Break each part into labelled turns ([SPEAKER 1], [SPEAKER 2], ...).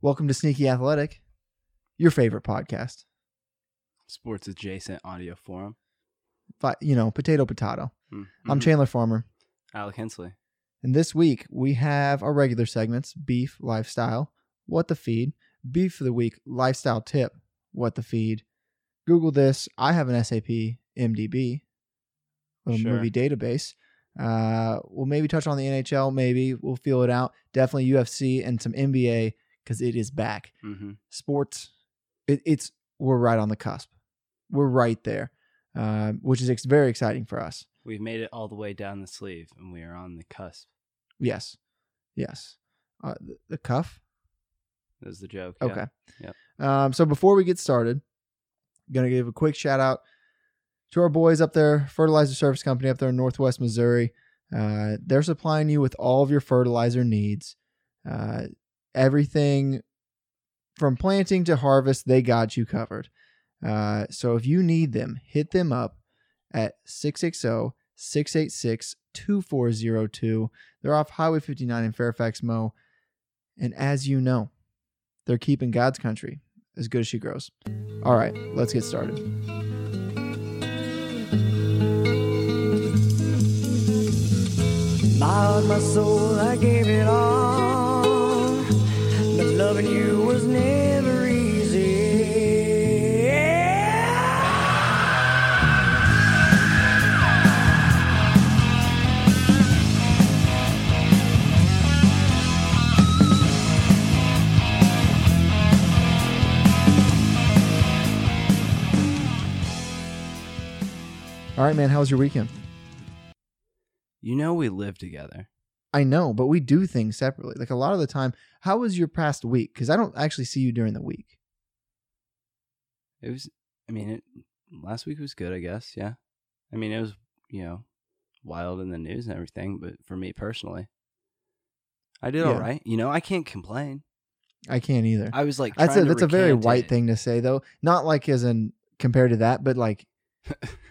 [SPEAKER 1] Welcome to Sneaky Athletic, your favorite podcast.
[SPEAKER 2] Sports adjacent audio forum.
[SPEAKER 1] Fi- You know, potato, potato.
[SPEAKER 3] Hmm.
[SPEAKER 2] Mm,
[SPEAKER 1] I'm
[SPEAKER 3] Mm-hmm.
[SPEAKER 2] mhm.
[SPEAKER 1] Chandler Farmer,
[SPEAKER 2] Alec Hensley.
[SPEAKER 1] and this week we have our regular segments beef, lifestyle, what the feed, beef for the week, lifestyle tip, what the feed. Google this. I have an SAP MDB, little
[SPEAKER 2] Sure.
[SPEAKER 1] movie database. Uh, we'll maybe touch on the NHL, maybe we'll feel it out. Definitely UFC and some NBA because it is back.
[SPEAKER 3] Mm-hmm.
[SPEAKER 2] hmm
[SPEAKER 1] sports it, it's we're right on the cusp we're right there um, which is ex- very exciting for us
[SPEAKER 2] We've made it all the way down the sleeve, and we are on the cusp.
[SPEAKER 1] yes yes uh, the, the cuff
[SPEAKER 2] That was the joke. yeah.
[SPEAKER 1] okay um, so before we get started gonna give a quick shout out to our boys up there fertilizer service company up there in northwest missouri uh, they're supplying you with all of your fertilizer needs uh, everything from planting to harvest they got you covered uh, so if you need them hit them up at oh, 660-686-2402 they're off highway 59 in fairfax mo and as you know they're keeping god's country as good as she grows all right let's get started
[SPEAKER 3] My heart, my soul, I gave it all. But loving you was never easy.
[SPEAKER 1] all right man how was your weekend
[SPEAKER 2] You know we live together.
[SPEAKER 1] I know, but we do things separately. Like a lot of the time, how was your past week? Because I don't actually see you during the week.
[SPEAKER 2] It was. I mean, it, last week was good, I guess. Yeah. I mean, it was you know wild in the news and everything, but for me personally, I did all
[SPEAKER 1] Yeah.
[SPEAKER 2] right. You know, I can't complain.
[SPEAKER 1] I can't either.
[SPEAKER 2] I was like,
[SPEAKER 1] that's a
[SPEAKER 2] trying to
[SPEAKER 1] that's a very
[SPEAKER 2] recant
[SPEAKER 1] white
[SPEAKER 2] it.
[SPEAKER 1] thing to say though. Not like as in compared to that, but like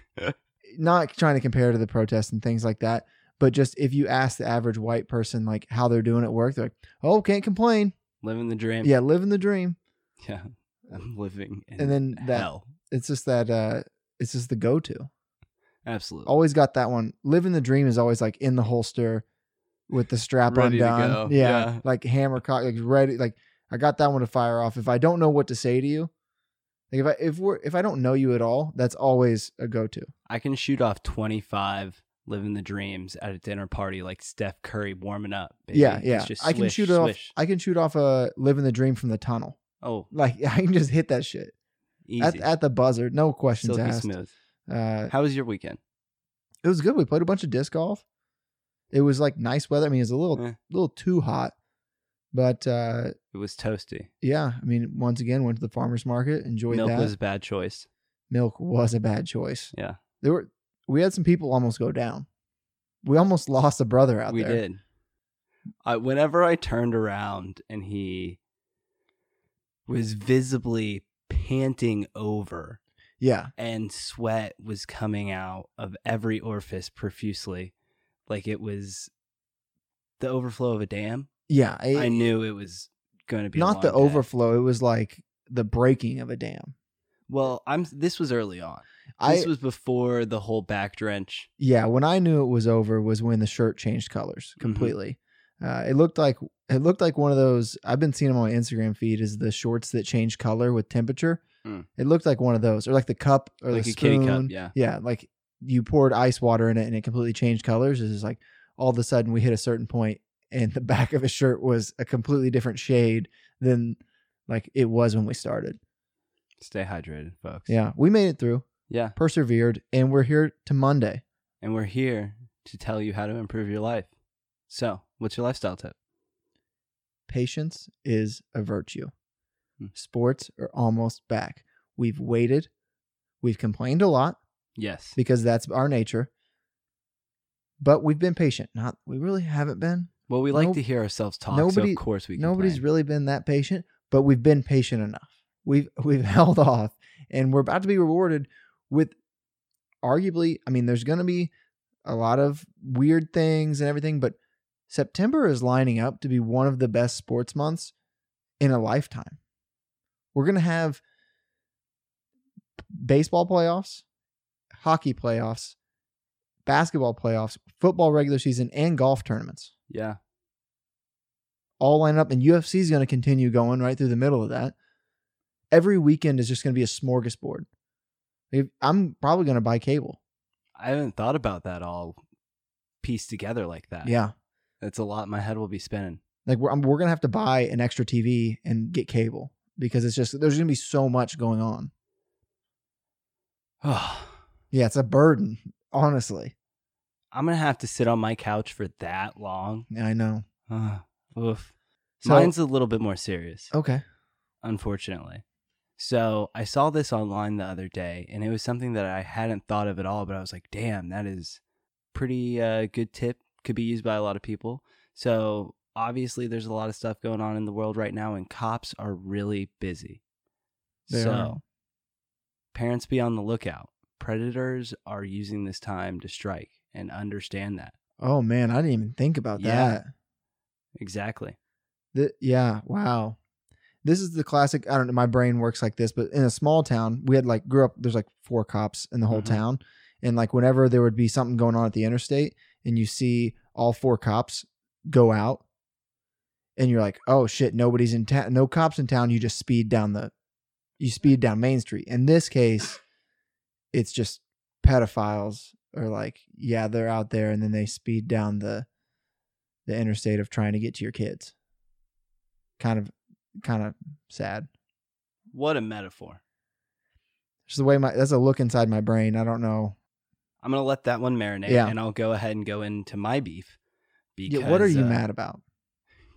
[SPEAKER 1] not trying to compare to the protests and things like that. But just if you ask the average white person like how they're doing at work, they're like, "Oh, can't complain.
[SPEAKER 2] Living the dream.
[SPEAKER 1] Yeah, living the dream."
[SPEAKER 2] Yeah. I'm living. In
[SPEAKER 1] And then that-
[SPEAKER 2] hell.
[SPEAKER 1] It's just that uh it's just the go-to.
[SPEAKER 2] Absolutely.
[SPEAKER 1] Always got that one. Living the dream is always like in the holster with the strap
[SPEAKER 2] Ready to
[SPEAKER 1] undone.
[SPEAKER 2] go.
[SPEAKER 1] Yeah,
[SPEAKER 2] Yeah.
[SPEAKER 1] Like hammer cock like ready like I got that one to fire off. If I don't know what to say to you, like if I if we're if I don't know you at all, that's always a go to.
[SPEAKER 2] I can shoot off 25 living the dreams at a dinner party like Steph Curry warming up. baby.
[SPEAKER 1] Yeah,
[SPEAKER 2] It's
[SPEAKER 1] yeah.
[SPEAKER 2] just
[SPEAKER 1] I can
[SPEAKER 2] swish,
[SPEAKER 1] shoot
[SPEAKER 2] swish.
[SPEAKER 1] off I can shoot off a living the dream from the tunnel.
[SPEAKER 2] Oh,
[SPEAKER 1] Like I can just hit that shit.
[SPEAKER 2] easy.
[SPEAKER 1] At, at the buzzer. No questions
[SPEAKER 2] Silky
[SPEAKER 1] asked.
[SPEAKER 2] smooth.
[SPEAKER 1] Uh
[SPEAKER 2] How was your weekend?
[SPEAKER 1] it was good. We played a bunch of disc golf. It was like nice weather. I mean, it was a little
[SPEAKER 2] Eh.
[SPEAKER 1] little too hot. But uh
[SPEAKER 2] It was toasty.
[SPEAKER 1] yeah, I mean, once again, went to the farmers market, enjoyed
[SPEAKER 2] Milk
[SPEAKER 1] that.
[SPEAKER 2] was a bad choice.
[SPEAKER 1] milk was a bad choice.
[SPEAKER 2] Yeah.
[SPEAKER 1] There were we had some people almost go down. We almost lost a brother out
[SPEAKER 2] we
[SPEAKER 1] there.
[SPEAKER 2] did. I, whenever I turned around and he was visibly panting over
[SPEAKER 1] Yeah.
[SPEAKER 2] and sweat was coming out of every orifice profusely, like it was the overflow of a dam.
[SPEAKER 1] Yeah. it-
[SPEAKER 2] I knew it was going to be a
[SPEAKER 1] not
[SPEAKER 2] long
[SPEAKER 1] the
[SPEAKER 2] day.
[SPEAKER 1] overflow. It was like the breaking of a dam.
[SPEAKER 2] Well, I'm. This was early on.
[SPEAKER 1] I
[SPEAKER 2] This was before the whole back drench.
[SPEAKER 1] yeah, when I knew it was over was when the shirt changed colors
[SPEAKER 2] Mhm.
[SPEAKER 1] completely. Uh, it looked like it looked like one of those I've been seeing them on my Instagram feed is the shorts that change color with temperature.
[SPEAKER 2] Mm.
[SPEAKER 1] It looked like one of those, or like the cup, or
[SPEAKER 2] Like
[SPEAKER 1] the
[SPEAKER 2] a kitty cup,
[SPEAKER 1] spoon.
[SPEAKER 2] yeah.
[SPEAKER 1] yeah, like you poured ice water in it and it completely changed colors. It's just like all of a sudden we hit a certain point and the back of his shirt was a completely different shade than like it was when we started.
[SPEAKER 2] Stay hydrated, folks.
[SPEAKER 1] Yeah, we made it through,
[SPEAKER 2] yeah.
[SPEAKER 1] persevered, and we're here to Monday.
[SPEAKER 2] And we're here to tell you how to improve your life. So, what's your lifestyle tip?
[SPEAKER 1] Patience is a virtue.
[SPEAKER 2] Hmm.
[SPEAKER 1] Sports are almost back. We've waited. We've complained a lot
[SPEAKER 2] Yes.
[SPEAKER 1] because that's our nature. But we've been patient. Not we really haven't been.
[SPEAKER 2] Well, we like
[SPEAKER 1] Nope.
[SPEAKER 2] to hear ourselves talk. so
[SPEAKER 1] Nobody-
[SPEAKER 2] of course we.
[SPEAKER 1] Nobody's
[SPEAKER 2] complain.
[SPEAKER 1] really been that patient, but we've been patient enough. We've we've held off and we're about to be rewarded with arguably, I mean, there's gonna be a lot of weird things and everything, but September is lining up to be one of the best sports months in a lifetime. We're going to have baseball playoffs, hockey playoffs, basketball playoffs, football regular season, and golf tournaments
[SPEAKER 2] Yeah.
[SPEAKER 1] all line up. And UFC is going to continue going right through the middle of that. Every weekend is just going to be a smorgasbord. If- I'm probably going to buy cable.
[SPEAKER 2] I haven't thought about that all pieced together like that.
[SPEAKER 1] Yeah.
[SPEAKER 2] That's a lot. My head will be spinning.
[SPEAKER 1] Like we're, I'm, we're going to have to buy an extra TV and get cable because it's just, there's going to be so much going on. Yeah. It's a burden, honestly.
[SPEAKER 2] I'm going to have to sit on my couch for that long.
[SPEAKER 1] Yeah, I know.
[SPEAKER 2] Ugh. oof.
[SPEAKER 1] So-
[SPEAKER 2] Mine's a little bit more serious,
[SPEAKER 1] Okay.
[SPEAKER 2] unfortunately. So I saw this online the other day, and it was something that I hadn't thought of at all, but I was like, damn, that is pretty uh, good tip. Could be used by a lot of people. So obviously, there's a lot of stuff going on in the world right now, and cops are really busy.
[SPEAKER 1] They
[SPEAKER 2] so
[SPEAKER 1] are.
[SPEAKER 2] parents be on the lookout. Predators are using this time to strike and understand that.
[SPEAKER 1] Oh man, I didn't even think about
[SPEAKER 2] Yeah.
[SPEAKER 1] that.
[SPEAKER 2] Exactly.
[SPEAKER 1] Th- yeah. Wow. This is the classic. I don't know. My brain works like this, but in a small town, we had like grew up. There's like four cops in the whole
[SPEAKER 2] Mhm.
[SPEAKER 1] town, and like whenever there would be something going on at the interstate, and you see all four cops go out, and you're like, oh shit, nobody's in town. no cops in town. You just speed down the, you speed down Main Street. In this case, it's just pedophiles are like, yeah, they're out there, and then they speed down the, the interstate of trying to get to your kids kind of kind of sad.
[SPEAKER 2] What a metaphor.
[SPEAKER 1] Just the way my that's a look inside my brain. I don't know.
[SPEAKER 2] I'm gonna let that one marinate,
[SPEAKER 1] Yeah.
[SPEAKER 2] and I'll go ahead and go into my beef. Because,
[SPEAKER 1] yeah, what are you
[SPEAKER 2] uh,
[SPEAKER 1] mad about?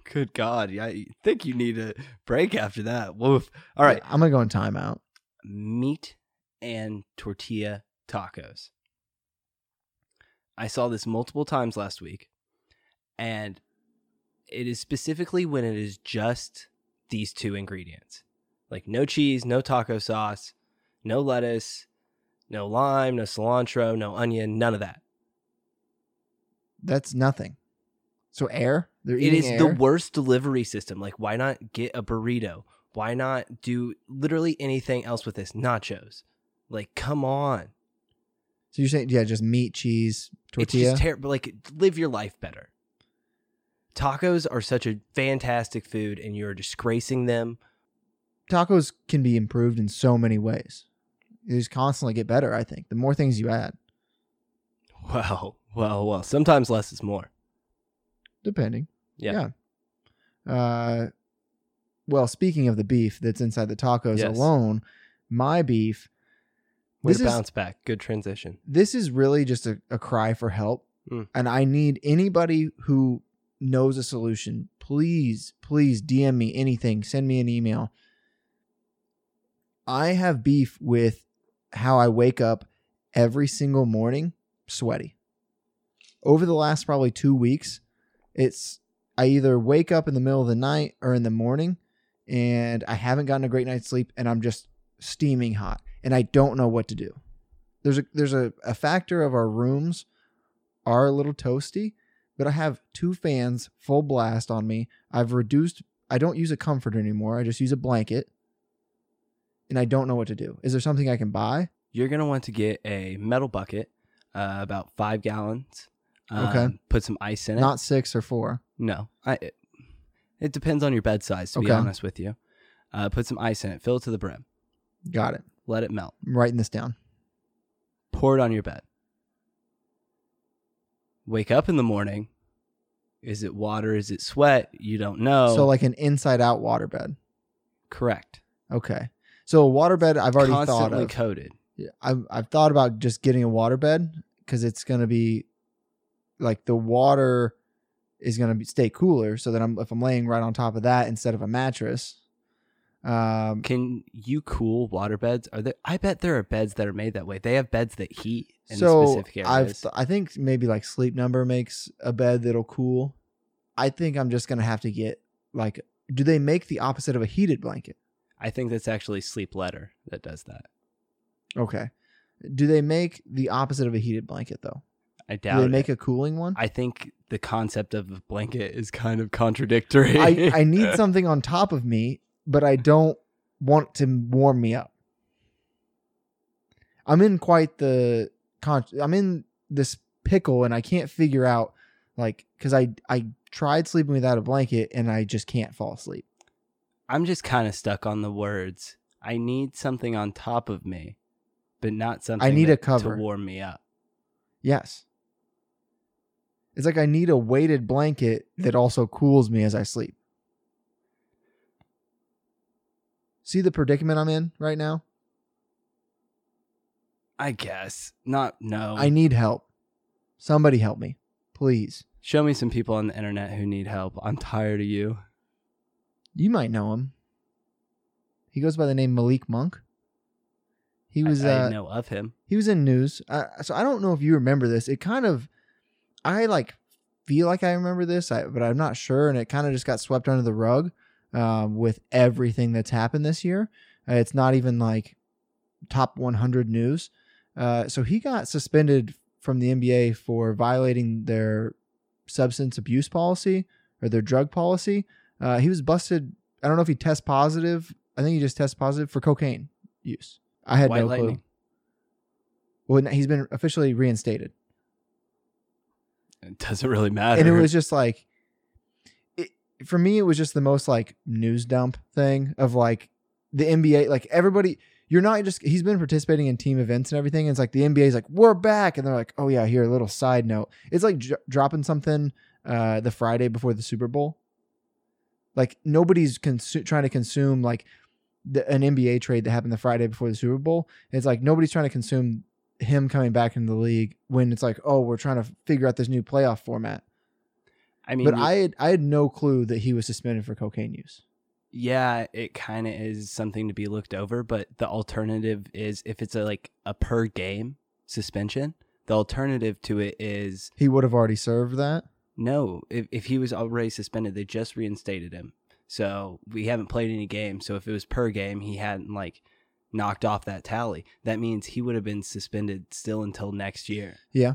[SPEAKER 2] Good God, yeah, I think you need a break after that. Woof. All right,
[SPEAKER 1] I'm gonna go in timeout.
[SPEAKER 2] meat and tortilla tacos. I saw this multiple times last week, and it is specifically when it is just these two ingredients like no cheese, no taco sauce, no lettuce, no lime, no cilantro, no onion, none of that.
[SPEAKER 1] That's nothing. So air? They're
[SPEAKER 2] It
[SPEAKER 1] eating
[SPEAKER 2] is
[SPEAKER 1] air.
[SPEAKER 2] the worst delivery system. Like, why not get a burrito? Why not do literally anything else with this? Nachos. Like, come on.
[SPEAKER 1] so you're saying yeah, just meat, cheese, tortilla.
[SPEAKER 2] It's just terrible. Like, live your life better. Tacos are such a fantastic food, and you're disgracing them.
[SPEAKER 1] Tacos can be improved in so many ways. They just constantly get better, I think. The more things you add,
[SPEAKER 2] Well, well, well. Sometimes less is more.
[SPEAKER 1] depending.
[SPEAKER 2] Yeah.
[SPEAKER 1] Yeah. Uh, well, speaking of the beef that's inside the tacos
[SPEAKER 2] Yes.
[SPEAKER 1] alone, my beef
[SPEAKER 2] Way
[SPEAKER 1] This
[SPEAKER 2] to
[SPEAKER 1] is-
[SPEAKER 2] bounce back. Good transition.
[SPEAKER 1] this is really just a, a cry for help.
[SPEAKER 2] Mm.
[SPEAKER 1] And I need anybody who knows a solution, please, please DM me anything, send me an email. I have beef with how I wake up every single morning sweaty. Over the last probably two weeks, it's I either wake up in the middle of the night or in the morning and I haven't gotten a great night's sleep and I'm just steaming hot and I don't know what to do there's a there's a, a factor of our rooms are a little toasty, but I have two fans full blast on me. I've reduced I don't use a comforter anymore. I just use a blanket. And I don't know what to do. Is there something I can buy?
[SPEAKER 2] you're gonna want to get a metal bucket, uh, about five gallons.
[SPEAKER 1] Okay.
[SPEAKER 2] Um, Put some ice in it.
[SPEAKER 1] Not six or four.
[SPEAKER 2] No, I. It, it depends on your bed size. To be
[SPEAKER 1] Okay.
[SPEAKER 2] honest with you, uh, put some ice in it, fill it to the brim,
[SPEAKER 1] Got it.
[SPEAKER 2] let it melt,
[SPEAKER 1] I'm writing this down.
[SPEAKER 2] pour it on your bed. Wake up in the morning. Is it water? Is it sweat? You don't know.
[SPEAKER 1] So like an inside out waterbed.
[SPEAKER 2] correct.
[SPEAKER 1] Okay. So a waterbed I've already thought
[SPEAKER 2] Constantly
[SPEAKER 1] of.
[SPEAKER 2] coated.
[SPEAKER 1] Yeah, I've I've thought about just getting a waterbed because it's gonna be like the water is gonna be, stay cooler, so that I'm if I'm laying right on top of that instead of a mattress. Um,
[SPEAKER 2] Can you cool water beds? Are there? I bet there are beds that are made that way. They have beds that heat in
[SPEAKER 1] so
[SPEAKER 2] specific areas.
[SPEAKER 1] I've th- I think maybe like Sleep Number makes a bed that'll cool. I think I'm just gonna have to get like, do they make the opposite of a heated blanket?
[SPEAKER 2] I think that's actually Sleep Letter that does that.
[SPEAKER 1] Okay, do they make the opposite of a heated blanket though?
[SPEAKER 2] I
[SPEAKER 1] Do
[SPEAKER 2] doubt
[SPEAKER 1] they make
[SPEAKER 2] it.
[SPEAKER 1] a cooling one?
[SPEAKER 2] I think the concept of a blanket is kind of contradictory.
[SPEAKER 1] I, I need something on top of me, but I don't want to warm me up. I'm in quite the con- I'm in this pickle and I can't figure out like cuz I I tried sleeping without a blanket and I just can't fall asleep.
[SPEAKER 2] I'm just kind of stuck on the words. I need something on top of me, but not something.
[SPEAKER 1] need
[SPEAKER 2] that-
[SPEAKER 1] a cover.
[SPEAKER 2] to warm me up.
[SPEAKER 1] Yes. It's like I need a weighted blanket that also cools me as I sleep. See the predicament I'm in right now?
[SPEAKER 2] I guess not. No,
[SPEAKER 1] I need help. Somebody help me, please.
[SPEAKER 2] show me some people on the internet who need help. I'm tired of you.
[SPEAKER 1] You might know him. He goes by the name Malik Monk. He was
[SPEAKER 2] I, I
[SPEAKER 1] uh,
[SPEAKER 2] know of him.
[SPEAKER 1] he was in news. Uh, so I don't know if you remember this. It kind of, I like feel like I remember this, I, but I'm not sure. And it kind of just got swept under the rug um, with everything that's happened this year. Uh, it's not even like top 100 news. Uh, so he got suspended from the NBA for violating their substance abuse policy or their drug policy. Uh, he was busted. I don't know if he test positive. I think he just test positive for cocaine use. I had
[SPEAKER 2] White
[SPEAKER 1] no clue.
[SPEAKER 2] Lightning.
[SPEAKER 1] Well, he's been officially reinstated,
[SPEAKER 2] It doesn't really matter.
[SPEAKER 1] and it was just like, it, for me, it was just the most like news dump thing of like the NBA, like everybody. You're not just he's been participating in team events and everything. And it's like the NBA's like we're back, and they're like, oh yeah, here a little side note. It's like dr- dropping something uh, the Friday before the Super Bowl. Like nobody's consu- trying to consume like the, an NBA trade that happened the Friday before the Super Bowl. It's like nobody's trying to consume him coming back into the league when it's like, oh, we're trying to figure out this new playoff format.
[SPEAKER 2] I mean,
[SPEAKER 1] but I had I had no clue that he was suspended for cocaine use.
[SPEAKER 2] yeah, it kind of is something to be looked over. But the alternative is if it's a like a per game suspension. The alternative to it is
[SPEAKER 1] He would have already served that.
[SPEAKER 2] No, if, if he was already suspended, they just reinstated him. So we haven't played any games. So if it was per game, he hadn't like knocked off that tally. That means he would have been suspended still until next year.
[SPEAKER 1] Yeah,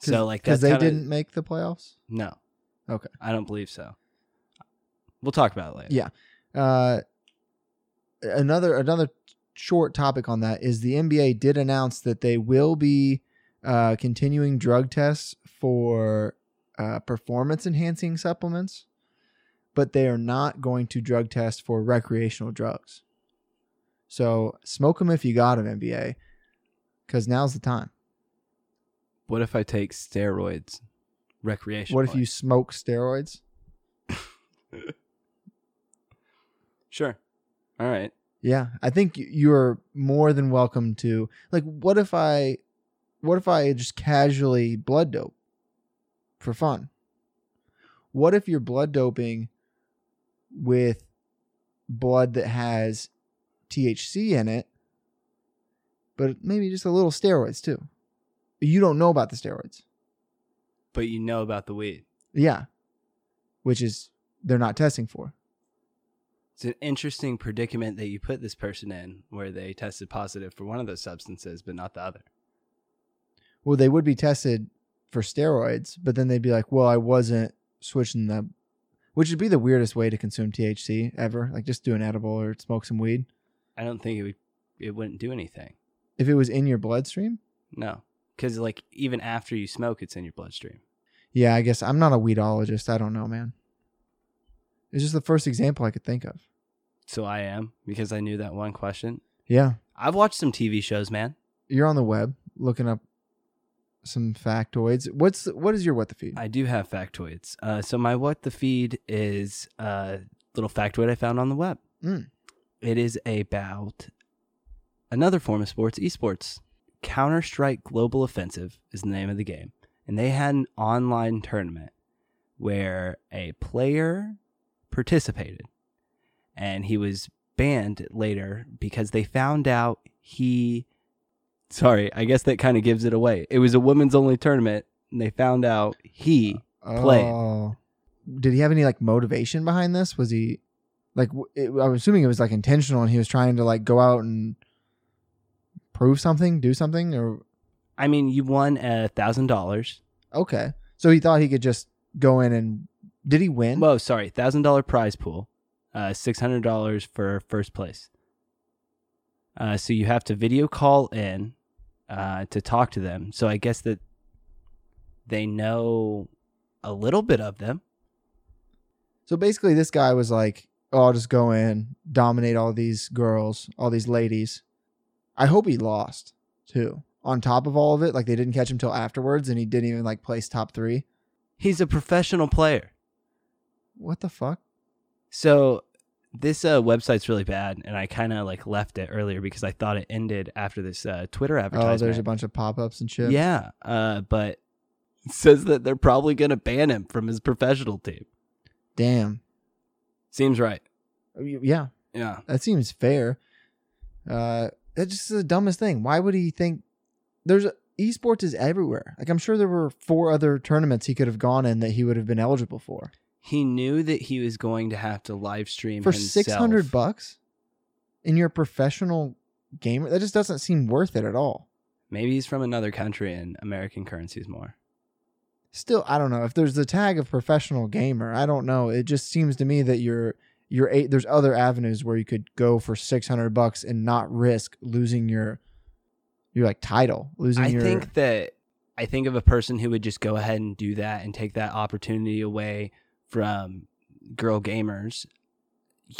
[SPEAKER 2] So like
[SPEAKER 1] because
[SPEAKER 2] that's
[SPEAKER 1] they
[SPEAKER 2] kinda-
[SPEAKER 1] didn't make the playoffs.
[SPEAKER 2] No.
[SPEAKER 1] Okay.
[SPEAKER 2] I don't believe so. We'll talk about it later.
[SPEAKER 1] Yeah. Uh, another another short topic on that is the NBA did announce that they will be uh, continuing drug tests for uh, performance enhancing supplements, but they are not going to drug test for recreational drugs. So smoke them if you got them, NBA, because now's the time.
[SPEAKER 2] What if I take steroids recreationally?
[SPEAKER 1] What if you smoke steroids?
[SPEAKER 2] Sure. All right.
[SPEAKER 1] Yeah, I think y- you're more than welcome to. Like, what if I, what if I just casually blood dope for fun? What if you're blood doping with blood that has THC in it, but maybe just a little steroids too? You don't know about the steroids.
[SPEAKER 2] But you know about the weed.
[SPEAKER 1] Yeah, which is they're not testing for.
[SPEAKER 2] it's an interesting predicament that you put this person in where they tested positive for one of those substances but not the other
[SPEAKER 1] well they would be tested for steroids but then they'd be like well i wasn't switching them which would be the weirdest way to consume thc ever like just do an edible or smoke some weed
[SPEAKER 2] i don't think it would it wouldn't do anything
[SPEAKER 1] if it was in your bloodstream
[SPEAKER 2] no because like even after you smoke it's in your bloodstream
[SPEAKER 1] yeah i guess i'm not a weedologist i don't know man it's just the first example i could think of
[SPEAKER 2] so i am because i knew that one question
[SPEAKER 1] yeah
[SPEAKER 2] i've watched some tv shows man
[SPEAKER 1] you're on the web looking up some factoids what's what is your what the feed
[SPEAKER 2] i do have factoids uh, so my what the feed is a little factoid i found on the web
[SPEAKER 1] Mm.
[SPEAKER 2] it is about another form of sports, esports. Counter Strike Global Offensive is the name of the game. And they had an online tournament where a player participated and he was banned later because they found out he. Sorry, I guess that kind of gives it away. It was a women's only tournament and they found out
[SPEAKER 1] Uh.
[SPEAKER 2] he. play.
[SPEAKER 1] Oh. Did he have any like motivation behind this? Was he like w- it, I'm assuming it was like intentional and he was trying to like go out and prove something, do something or
[SPEAKER 2] I mean, you won a thousand dollars.
[SPEAKER 1] Okay. So he thought he could just go in and did he win?
[SPEAKER 2] Whoa, sorry, thousand dollar prize pool, uh, six hundred dollars for first place. Uh, so you have to video call in uh, to talk to them. So I guess that they know a little bit of them.
[SPEAKER 1] so basically, this guy was like, "Oh, I'll just go in, dominate all these girls, all these ladies." I hope he lost too. On top of all of it, like they didn't catch him till afterwards, and he didn't even like place top three.
[SPEAKER 2] He's a professional player.
[SPEAKER 1] What the fuck?
[SPEAKER 2] So this uh, website's really bad, and I kind of like left it earlier because I thought it ended after this uh, Twitter
[SPEAKER 1] Oh,
[SPEAKER 2] advertisement.
[SPEAKER 1] there's a bunch of pop ups and shit.
[SPEAKER 2] Yeah, uh, but it says that they're probably gonna ban him from his professional team.
[SPEAKER 1] Damn.
[SPEAKER 2] Seems right.
[SPEAKER 1] Yeah,
[SPEAKER 2] Yeah.
[SPEAKER 1] that seems fair. Uh, that's just the dumbest thing. Why would he think there's esports is everywhere? Like I'm sure there were four other tournaments he could have gone in that he would have been eligible for
[SPEAKER 2] He knew that he was going to have to live stream
[SPEAKER 1] for
[SPEAKER 2] himself.
[SPEAKER 1] six hundred bucks. And you're a professional gamer. That just doesn't seem worth it at all.
[SPEAKER 2] Maybe he's from another country and American currency is more.
[SPEAKER 1] Still, I don't know if there's the tag of professional gamer. I don't know. It just seems to me that you're you're eight. There's other avenues where you could go for six hundred bucks and not risk losing your your like title, losing
[SPEAKER 2] I
[SPEAKER 1] your.
[SPEAKER 2] think that I think of a person who would just go ahead and do that and take that opportunity away from girl gamers.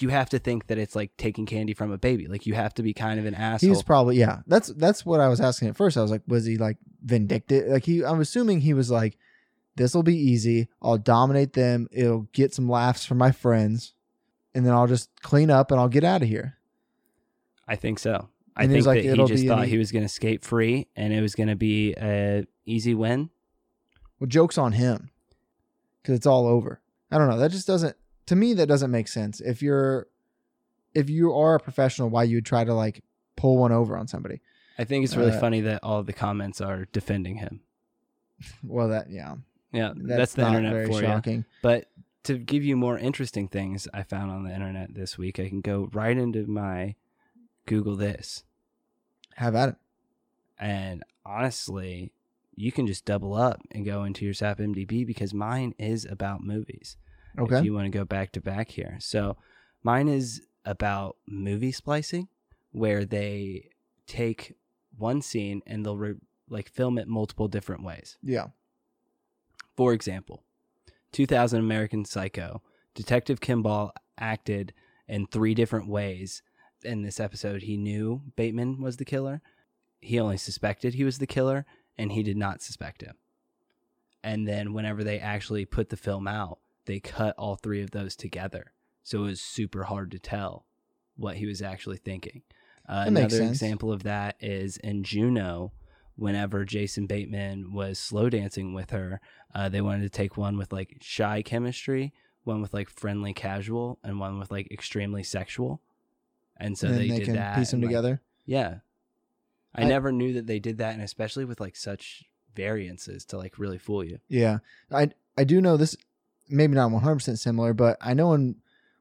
[SPEAKER 2] You have to think that it's like taking candy from a baby. Like you have to be kind of an
[SPEAKER 1] He
[SPEAKER 2] asshole.
[SPEAKER 1] was probably yeah. That's that's what I was asking at first. I was like, was he like vindictive? Like he, I'm assuming he was like, this will be easy. I'll dominate them. It'll get some laughs from my friends, and then I'll just clean up and I'll get out of here.
[SPEAKER 2] I think so. I
[SPEAKER 1] And he was
[SPEAKER 2] think
[SPEAKER 1] like,
[SPEAKER 2] that he
[SPEAKER 1] "It'll
[SPEAKER 2] just
[SPEAKER 1] be
[SPEAKER 2] thought
[SPEAKER 1] an e-"
[SPEAKER 2] he was going to skate free and it was going to be a easy win.
[SPEAKER 1] Well, jokes on him, because it's all over. I don't know. That just doesn't to me. That doesn't make sense. If you're if you are a professional, why you would try to like pull one over on somebody?
[SPEAKER 2] I think it's really
[SPEAKER 1] Uh,
[SPEAKER 2] funny that all the comments are defending him.
[SPEAKER 1] Well, that yeah,
[SPEAKER 2] Yeah,
[SPEAKER 1] that's,
[SPEAKER 2] that's, the
[SPEAKER 1] not
[SPEAKER 2] internet
[SPEAKER 1] very
[SPEAKER 2] for you.
[SPEAKER 1] shocking.
[SPEAKER 2] But to give you more interesting things I found on the internet this week, I can go right into my Google this.
[SPEAKER 1] Have at it.
[SPEAKER 2] And honestly, you can just double up and go into your SAP MDB because mine is about movies.
[SPEAKER 1] Okay.
[SPEAKER 2] If you want to go back to back here. So mine is about movie splicing where they take one scene and they'll re- like film it multiple different ways.
[SPEAKER 1] yeah.
[SPEAKER 2] For example, 2000 American Psycho, Detective Kimball acted in three different ways in this episode. He knew Bateman was the killer, he only suspected he was the killer, and he did not suspect him. And then, whenever they actually put the film out, they cut all three of those together. So it was super hard to tell what he was actually thinking. Uh,
[SPEAKER 1] That makes
[SPEAKER 2] another
[SPEAKER 1] sense.
[SPEAKER 2] example of that is in Juno, whenever Jason Bateman was slow dancing with her, uh, they wanted to take one with like shy chemistry, one with like friendly casual, and one with like extremely sexual. And so
[SPEAKER 1] And
[SPEAKER 2] they,
[SPEAKER 1] then
[SPEAKER 2] did that.
[SPEAKER 1] piece them
[SPEAKER 2] and, like,
[SPEAKER 1] together.
[SPEAKER 2] yeah. I,
[SPEAKER 1] I-
[SPEAKER 2] never knew that they did that, and especially with like such variances to like really fool you.
[SPEAKER 1] Yeah, I I do know this. Maybe not one hundred percent similar, but I know in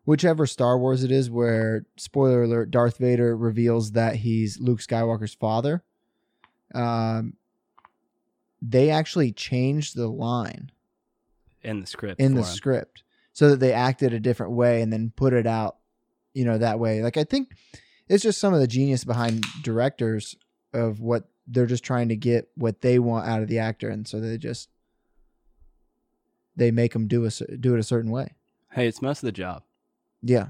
[SPEAKER 1] whichever Star Wars it is, where spoiler alert, Darth Vader reveals that he's Luke Skywalker's father. Um, they actually changed the line
[SPEAKER 2] In the script.
[SPEAKER 1] in the
[SPEAKER 2] for 'em.
[SPEAKER 1] script so that they acted a different way and then put it out, you know, that way. Like I think it's just some of the genius behind directors of what they're just trying to get what they want out of the actor, and so they just they make them do a cer- do it a certain way.
[SPEAKER 2] Hey, it's most of the job.
[SPEAKER 1] Yeah,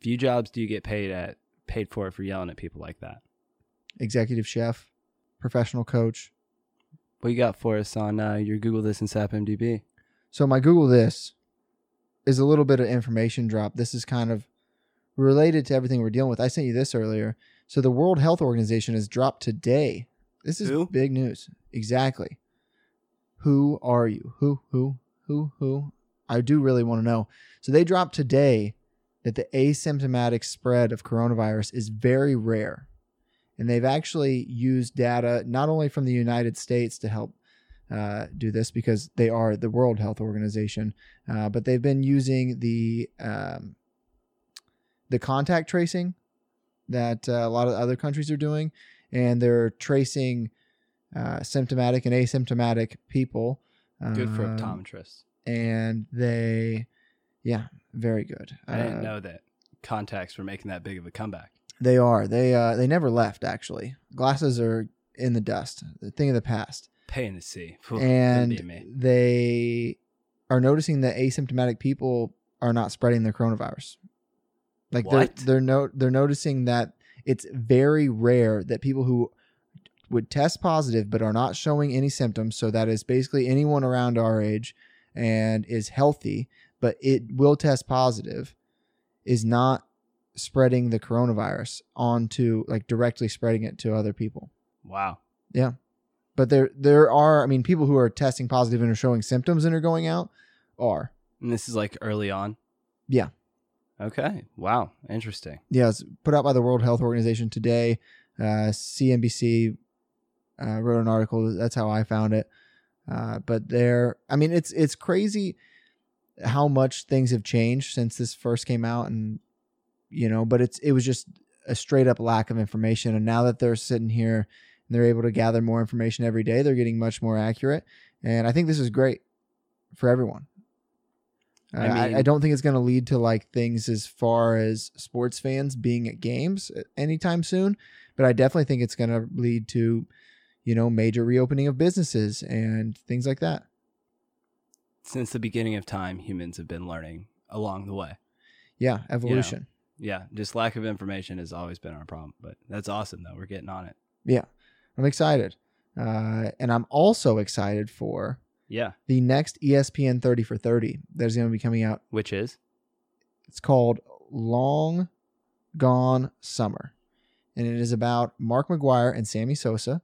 [SPEAKER 2] Few jobs do you get paid at paid for for yelling at people like that.
[SPEAKER 1] executive chef, professional coach.
[SPEAKER 2] What you got for us on uh, your Google this and SAP MDB?
[SPEAKER 1] So my Google this is a little bit of information drop. This is kind of related to everything we're dealing with. I sent you this earlier. So the World Health Organization has dropped today. This is
[SPEAKER 2] Who?
[SPEAKER 1] big news. Exactly. Who are you? Who who who who? I do really want to know. So they dropped today that the asymptomatic spread of coronavirus is very rare. And they've actually used data not only from the United States to help uh, do this because they are the World Health Organization, uh, but they've been using the um, the contact tracing that uh, a lot of other countries are doing, and they're tracing uh, symptomatic and asymptomatic people.
[SPEAKER 2] Good for
[SPEAKER 1] Um,
[SPEAKER 2] optometrists.
[SPEAKER 1] And they, yeah, very good.
[SPEAKER 2] I
[SPEAKER 1] Uh,
[SPEAKER 2] didn't know that contacts were making that big of a comeback.
[SPEAKER 1] They are. They uh, they never left. Actually, glasses are in the dust. The thing of the past.
[SPEAKER 2] Paying to see. Phew, couldn't
[SPEAKER 1] and
[SPEAKER 2] be me.
[SPEAKER 1] they are noticing that asymptomatic people are not spreading their coronavirus. Like
[SPEAKER 2] What?
[SPEAKER 1] they're they're no they're noticing that it's very rare that people who would test positive but are not showing any symptoms, so that is basically anyone around our age and is healthy, but it will test positive, is not spreading the coronavirus onto like directly spreading it to other people
[SPEAKER 2] Wow.
[SPEAKER 1] but there there are i mean people who are testing positive and are showing symptoms and are going out are
[SPEAKER 2] And this is like early on.
[SPEAKER 1] Yeah.
[SPEAKER 2] Okay. Wow. Interesting.
[SPEAKER 1] yeah it's put out by the world health organization today uh, cnbc uh, wrote an article that's how i found it uh, but there i mean it's it's crazy how much things have changed since this first came out and you know but it's it was just a straight up lack of information and now that they're sitting here and they're able to gather more information every day they're getting much more accurate and i think this is great for everyone Uh,
[SPEAKER 2] I
[SPEAKER 1] I, I,
[SPEAKER 2] mean-
[SPEAKER 1] don't think it's going to lead to like things as far as sports fans being at games anytime soon but i definitely think it's going to lead to you know major reopening of businesses and things like that
[SPEAKER 2] Since the beginning of time, humans have been learning along the way.
[SPEAKER 1] yeah evolution
[SPEAKER 2] Yeah. Just lack of information has always been our problem. But that's awesome, though. We're getting on it.
[SPEAKER 1] I'm excited. Uh, and I'm also excited for
[SPEAKER 2] Yeah.
[SPEAKER 1] the next E ESPN 30 for 30 that is going to be coming out.
[SPEAKER 2] Which is?
[SPEAKER 1] It's called Long Gone Summer. And it is about Mark McGuire and Sammy Sosa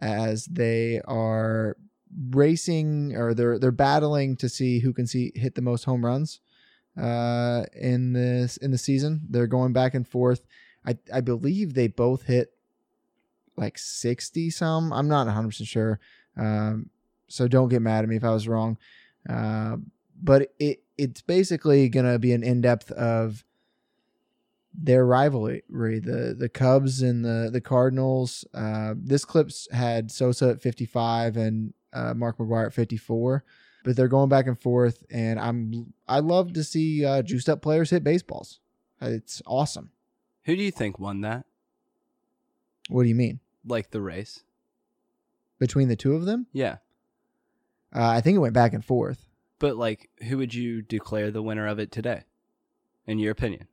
[SPEAKER 1] as they are racing or they're they're battling to see who can see hit the most home runs uh in this in the season. They're going back and forth. I I believe they both hit like 60 some. I'm not 100% sure. Um, so don't get mad at me if I was wrong. Uh, but it it's basically going to be an in-depth of their rivalry, the the Cubs and the the Cardinals. Uh, this clip's had Sosa at 55 and uh, Mark McGuire at 54. But they're going back and forth, and I'm I love to see uh, juiced up players hit baseballs. It's awesome.
[SPEAKER 2] Who do you think won that?
[SPEAKER 1] What do you mean
[SPEAKER 2] Like the race?
[SPEAKER 1] between the two of them?
[SPEAKER 2] Yeah.
[SPEAKER 1] Uh, I think it went back and forth.
[SPEAKER 2] But like, who would you declare the winner of it today? In your opinion?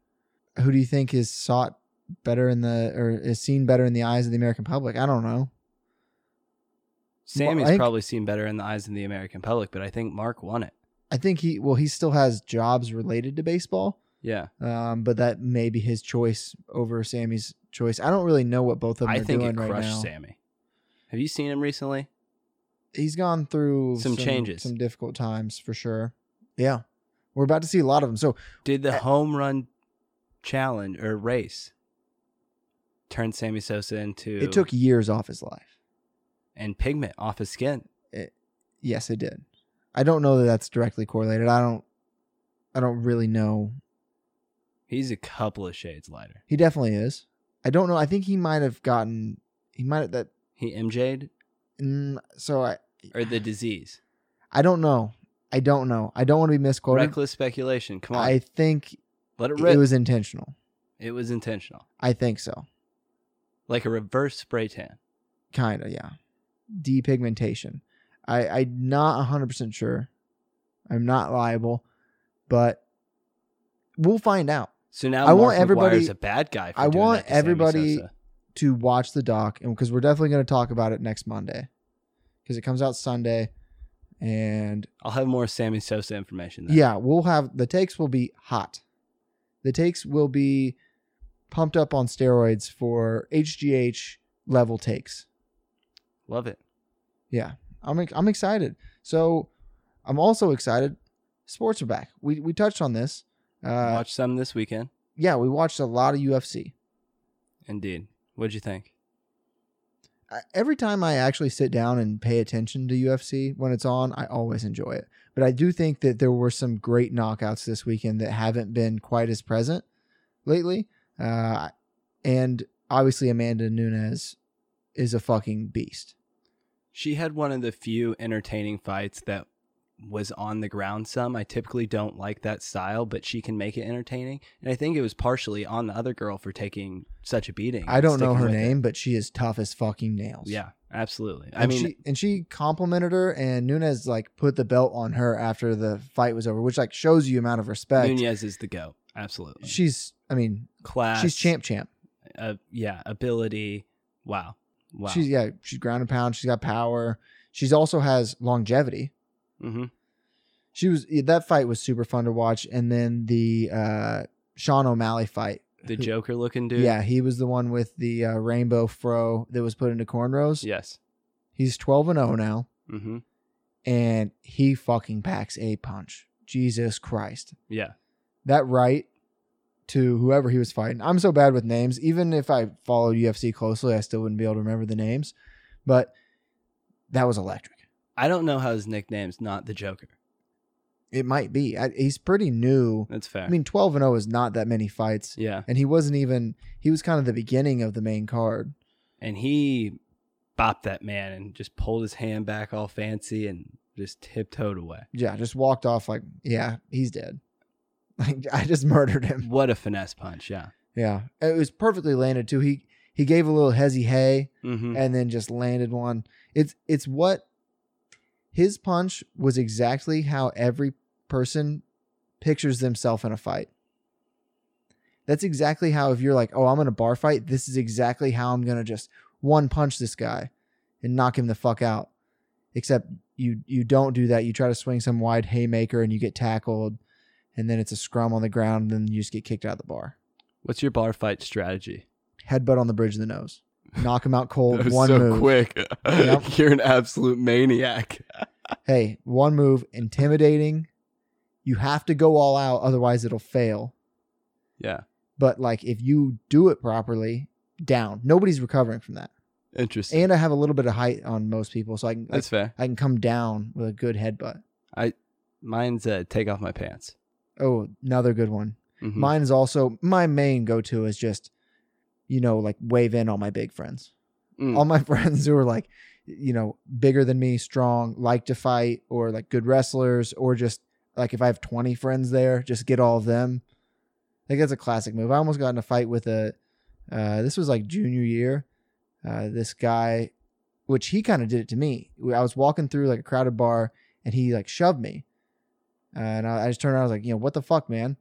[SPEAKER 1] Who do you think is sought better in the or is seen better in the eyes of the American public? I don't know.
[SPEAKER 2] Sammy's
[SPEAKER 1] I think-
[SPEAKER 2] probably seen better in the eyes of the American public, but I think Mark won it.
[SPEAKER 1] I think he well he still has jobs related to baseball,
[SPEAKER 2] Yeah.
[SPEAKER 1] um, but that may be his choice over Sammy's choice. I don't really know what both of them
[SPEAKER 2] I
[SPEAKER 1] are
[SPEAKER 2] think
[SPEAKER 1] doing
[SPEAKER 2] it
[SPEAKER 1] right
[SPEAKER 2] crushed
[SPEAKER 1] now.
[SPEAKER 2] Sammy. Have you seen him recently?
[SPEAKER 1] He's gone through
[SPEAKER 2] Some changes.
[SPEAKER 1] some difficult times for sure. Yeah, we're about to see a lot of them. So
[SPEAKER 2] Did the
[SPEAKER 1] Uh,
[SPEAKER 2] home run challenge or race turn Sammy Sosa into
[SPEAKER 1] it took years off his life.
[SPEAKER 2] and pigment off his skin?
[SPEAKER 1] Yes, it did. I don't know that that's directly correlated. I don't. I don't really know
[SPEAKER 2] He's a couple of shades lighter.
[SPEAKER 1] He definitely is. I don't know. I think he might have gotten. He might have that.
[SPEAKER 2] He MJ'd
[SPEAKER 1] Mm, so I.
[SPEAKER 2] or the disease.
[SPEAKER 1] I don't know. I don't know. I don't want to be misquoted.
[SPEAKER 2] Reckless speculation. Come on,
[SPEAKER 1] I think
[SPEAKER 2] let it rip.
[SPEAKER 1] it was intentional.
[SPEAKER 2] intentional,
[SPEAKER 1] I think so.
[SPEAKER 2] like a reverse spray tan.
[SPEAKER 1] Kinda, yeah. Depigmentation. I I'm not 100% sure. I'm not liable, but we'll find out.
[SPEAKER 2] So now
[SPEAKER 1] I
[SPEAKER 2] Mark
[SPEAKER 1] want everybody-
[SPEAKER 2] McGuire's a bad guy. For
[SPEAKER 1] I
[SPEAKER 2] doing
[SPEAKER 1] want
[SPEAKER 2] that to Sammy
[SPEAKER 1] everybody-
[SPEAKER 2] Sosa.
[SPEAKER 1] to watch the doc and because we're definitely going to talk about it next Monday because it comes out Sunday and
[SPEAKER 2] I'll have more Sammy Sosa information. Then.
[SPEAKER 1] Yeah, we'll have the takes will be hot. The takes will be pumped up on steroids for HGH level takes.
[SPEAKER 2] love it.
[SPEAKER 1] Yeah, I'm I'm excited. So I'm also excited. Sports are back. We we touched on this. Uh,
[SPEAKER 2] Watch some this weekend.
[SPEAKER 1] yeah, we watched a lot of UFC.
[SPEAKER 2] Indeed. What'd you think?
[SPEAKER 1] I- every time I actually sit down and pay attention to UFC when it's on, I always enjoy it. But I do think that there were some great knockouts this weekend that haven't been quite as present lately. Uh, and obviously, Amanda Nunes is a fucking beast.
[SPEAKER 2] She had one of the few entertaining fights that was on the ground some. I typically don't like that style, but she can make it entertaining. And I think it was partially on the other girl for taking such a beating.
[SPEAKER 1] I don't
[SPEAKER 2] and
[SPEAKER 1] know
[SPEAKER 2] sticking
[SPEAKER 1] her
[SPEAKER 2] with it.
[SPEAKER 1] name, but she is tough as fucking nails.
[SPEAKER 2] Yeah, absolutely. I
[SPEAKER 1] And
[SPEAKER 2] mean,
[SPEAKER 1] she, and she complimented her, and Nunez like put the belt on her after the fight was over, which like shows you amount of respect.
[SPEAKER 2] Nunez is the goat. Absolutely.
[SPEAKER 1] She's, I mean,
[SPEAKER 2] Class.
[SPEAKER 1] she's champ, champ.
[SPEAKER 2] Uh, yeah, ability. Wow. Wow.
[SPEAKER 1] She's yeah, she's ground and pound. She's got power. She's also has longevity.
[SPEAKER 2] hmm
[SPEAKER 1] She was that fight was super fun to watch, and then the uh Sean O'Malley fight.
[SPEAKER 2] The
[SPEAKER 1] Who-
[SPEAKER 2] Joker looking dude.
[SPEAKER 1] Yeah, he was the one with the uh, rainbow fro that was put into cornrows.
[SPEAKER 2] Yes.
[SPEAKER 1] He's twelve and zero now,
[SPEAKER 2] hmm
[SPEAKER 1] and he fucking packs a punch. Jesus Christ,
[SPEAKER 2] Yeah.
[SPEAKER 1] that right to whoever he was fighting. I'm so bad with names. Even if I followed UFC closely, I still wouldn't be able to remember the names. But that was electric.
[SPEAKER 2] I don't know how his nickname's not the Joker.
[SPEAKER 1] It might be. I, he's pretty new.
[SPEAKER 2] That's fair.
[SPEAKER 1] I mean, 12 and 0 is not that many fights.
[SPEAKER 2] yeah.
[SPEAKER 1] And he wasn't even, he was kind of the beginning of the main card.
[SPEAKER 2] And he bopped that man and just pulled his hand back all fancy and just tiptoed away.
[SPEAKER 1] Yeah, just walked off like, yeah, he's dead. Like, I just murdered him.
[SPEAKER 2] What a finesse punch. Yeah.
[SPEAKER 1] Yeah. It was perfectly landed, too. He, he gave a little hezzy hey
[SPEAKER 2] hmm
[SPEAKER 1] and then just landed one. It's, it's what his punch was exactly how every person pictures themselves in a fight. That's exactly how if you're like, oh, I'm in a bar fight, this is exactly how I'm gonna just one punch this guy and knock him the fuck out. Except you you don't do that. You try to swing some wide haymaker and you get tackled, and then it's a scrum on the ground, and then you just get kicked out of the bar.
[SPEAKER 2] What's your bar fight strategy?
[SPEAKER 1] Headbutt on the bridge of the nose. Knock him out cold,
[SPEAKER 2] That was
[SPEAKER 1] one
[SPEAKER 2] so
[SPEAKER 1] move.
[SPEAKER 2] quick.
[SPEAKER 1] Yep.
[SPEAKER 2] You're an absolute maniac.
[SPEAKER 1] Hey, one move, intimidating. You have to go all out, otherwise it'll fail.
[SPEAKER 2] Yeah.
[SPEAKER 1] but like if you do it properly down nobody's recovering from that
[SPEAKER 2] Interesting.
[SPEAKER 1] and i have a little bit of height on most people so i can like,
[SPEAKER 2] That's fair.
[SPEAKER 1] i can come down with a good headbutt
[SPEAKER 2] Mine's uh, take off my pants.
[SPEAKER 1] oh another good one
[SPEAKER 2] Mhm.
[SPEAKER 1] mine is also my main go-to is just you know like wave in all my big friends
[SPEAKER 2] Mm.
[SPEAKER 1] all my friends who are like you know bigger than me strong like to fight or like good wrestlers or just like if i have 20 friends there just get all of them i think that's a classic move i almost got in a fight with a uh, this was like junior year uh, this guy which he kind of did it to me i was walking through like a crowded bar and he like shoved me uh, and I, I just turned around i was like you know what the fuck man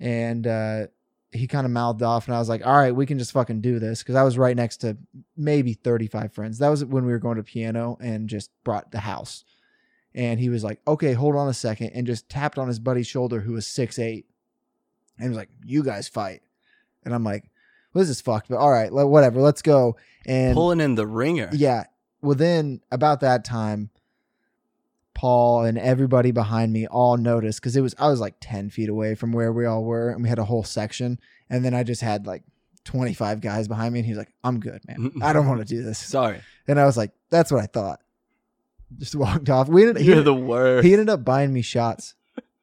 [SPEAKER 1] and uh, he kind of mouthed off and i was like all right we can just fucking do this because i was right next to maybe 35 friends. That was when we were going to piano and just brought the house. And he was like, okay, hold on a second, and just tapped on his buddy's shoulder, who was six eight, and he was like, you guys fight. And I'm like, well, this is fucked, but all right, le- whatever, let's go. And
[SPEAKER 2] Pulling in the ringer.
[SPEAKER 1] yeah, well, then about that time, Paul and everybody behind me all noticed because it was, I was like 10 feet away from where we all were, and we had a whole section. And then I just had like 25 guys behind me, and he was like, I'm good, man. I don't want to do this.
[SPEAKER 2] Sorry.
[SPEAKER 1] And I was like, that's what I thought. Just walked off. We ended, he,
[SPEAKER 2] You're
[SPEAKER 1] ended,
[SPEAKER 2] the worst.
[SPEAKER 1] he ended up buying me shots.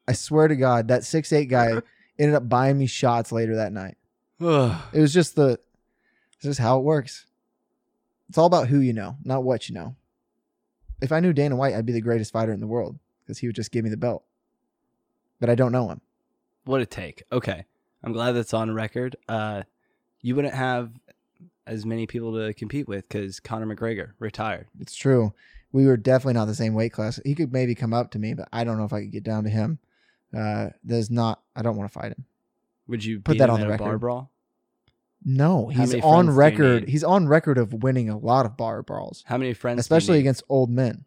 [SPEAKER 1] I swear to God, that six eight guy ended up buying me shots later that night. It was just the, it's just how it works. It's all about who you know, not what you know. If I knew Dana White, I'd be the greatest fighter in the world because he would just give me the belt. But I don't know him.
[SPEAKER 2] what a take. Okay. I'm glad that's on record. Uh, you wouldn't have as many people to compete with because Conor McGregor retired.
[SPEAKER 1] It's true. We were definitely not the same weight class. He could maybe come up to me, but I don't know if I could get down to him. Uh, there's not. I don't want to fight him.
[SPEAKER 2] Would you
[SPEAKER 1] Put
[SPEAKER 2] beat
[SPEAKER 1] that
[SPEAKER 2] him
[SPEAKER 1] on
[SPEAKER 2] at
[SPEAKER 1] the
[SPEAKER 2] a bar
[SPEAKER 1] record.
[SPEAKER 2] brawl?
[SPEAKER 1] No,
[SPEAKER 2] How
[SPEAKER 1] he's
[SPEAKER 2] many
[SPEAKER 1] on
[SPEAKER 2] friends do you
[SPEAKER 1] record.
[SPEAKER 2] need?
[SPEAKER 1] He's on record of winning a lot of bar brawls,
[SPEAKER 2] How many friends? do you
[SPEAKER 1] especially
[SPEAKER 2] need?
[SPEAKER 1] against old men.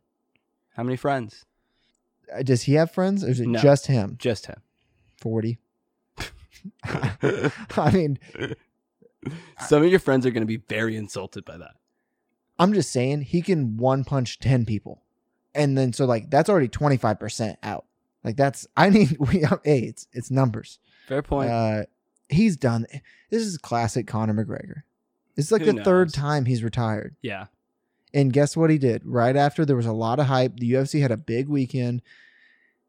[SPEAKER 2] How many friends?
[SPEAKER 1] Uh, Does he have friends, or is it
[SPEAKER 2] No.
[SPEAKER 1] just him?
[SPEAKER 2] Just him.
[SPEAKER 1] Forty. I mean,
[SPEAKER 2] Some of your friends are going to be very insulted by that.
[SPEAKER 1] I'm just saying he can one punch ten people, and then so like that's already twenty five percent out. Like that's I need we hey it's it's numbers.
[SPEAKER 2] Fair point.
[SPEAKER 1] Uh, he's done. This is classic Conor McGregor. This is like
[SPEAKER 2] Who
[SPEAKER 1] the third
[SPEAKER 2] knows?
[SPEAKER 1] time he's retired.
[SPEAKER 2] yeah.
[SPEAKER 1] And guess what he did? Right after there was a lot of hype, the UFC had a big weekend.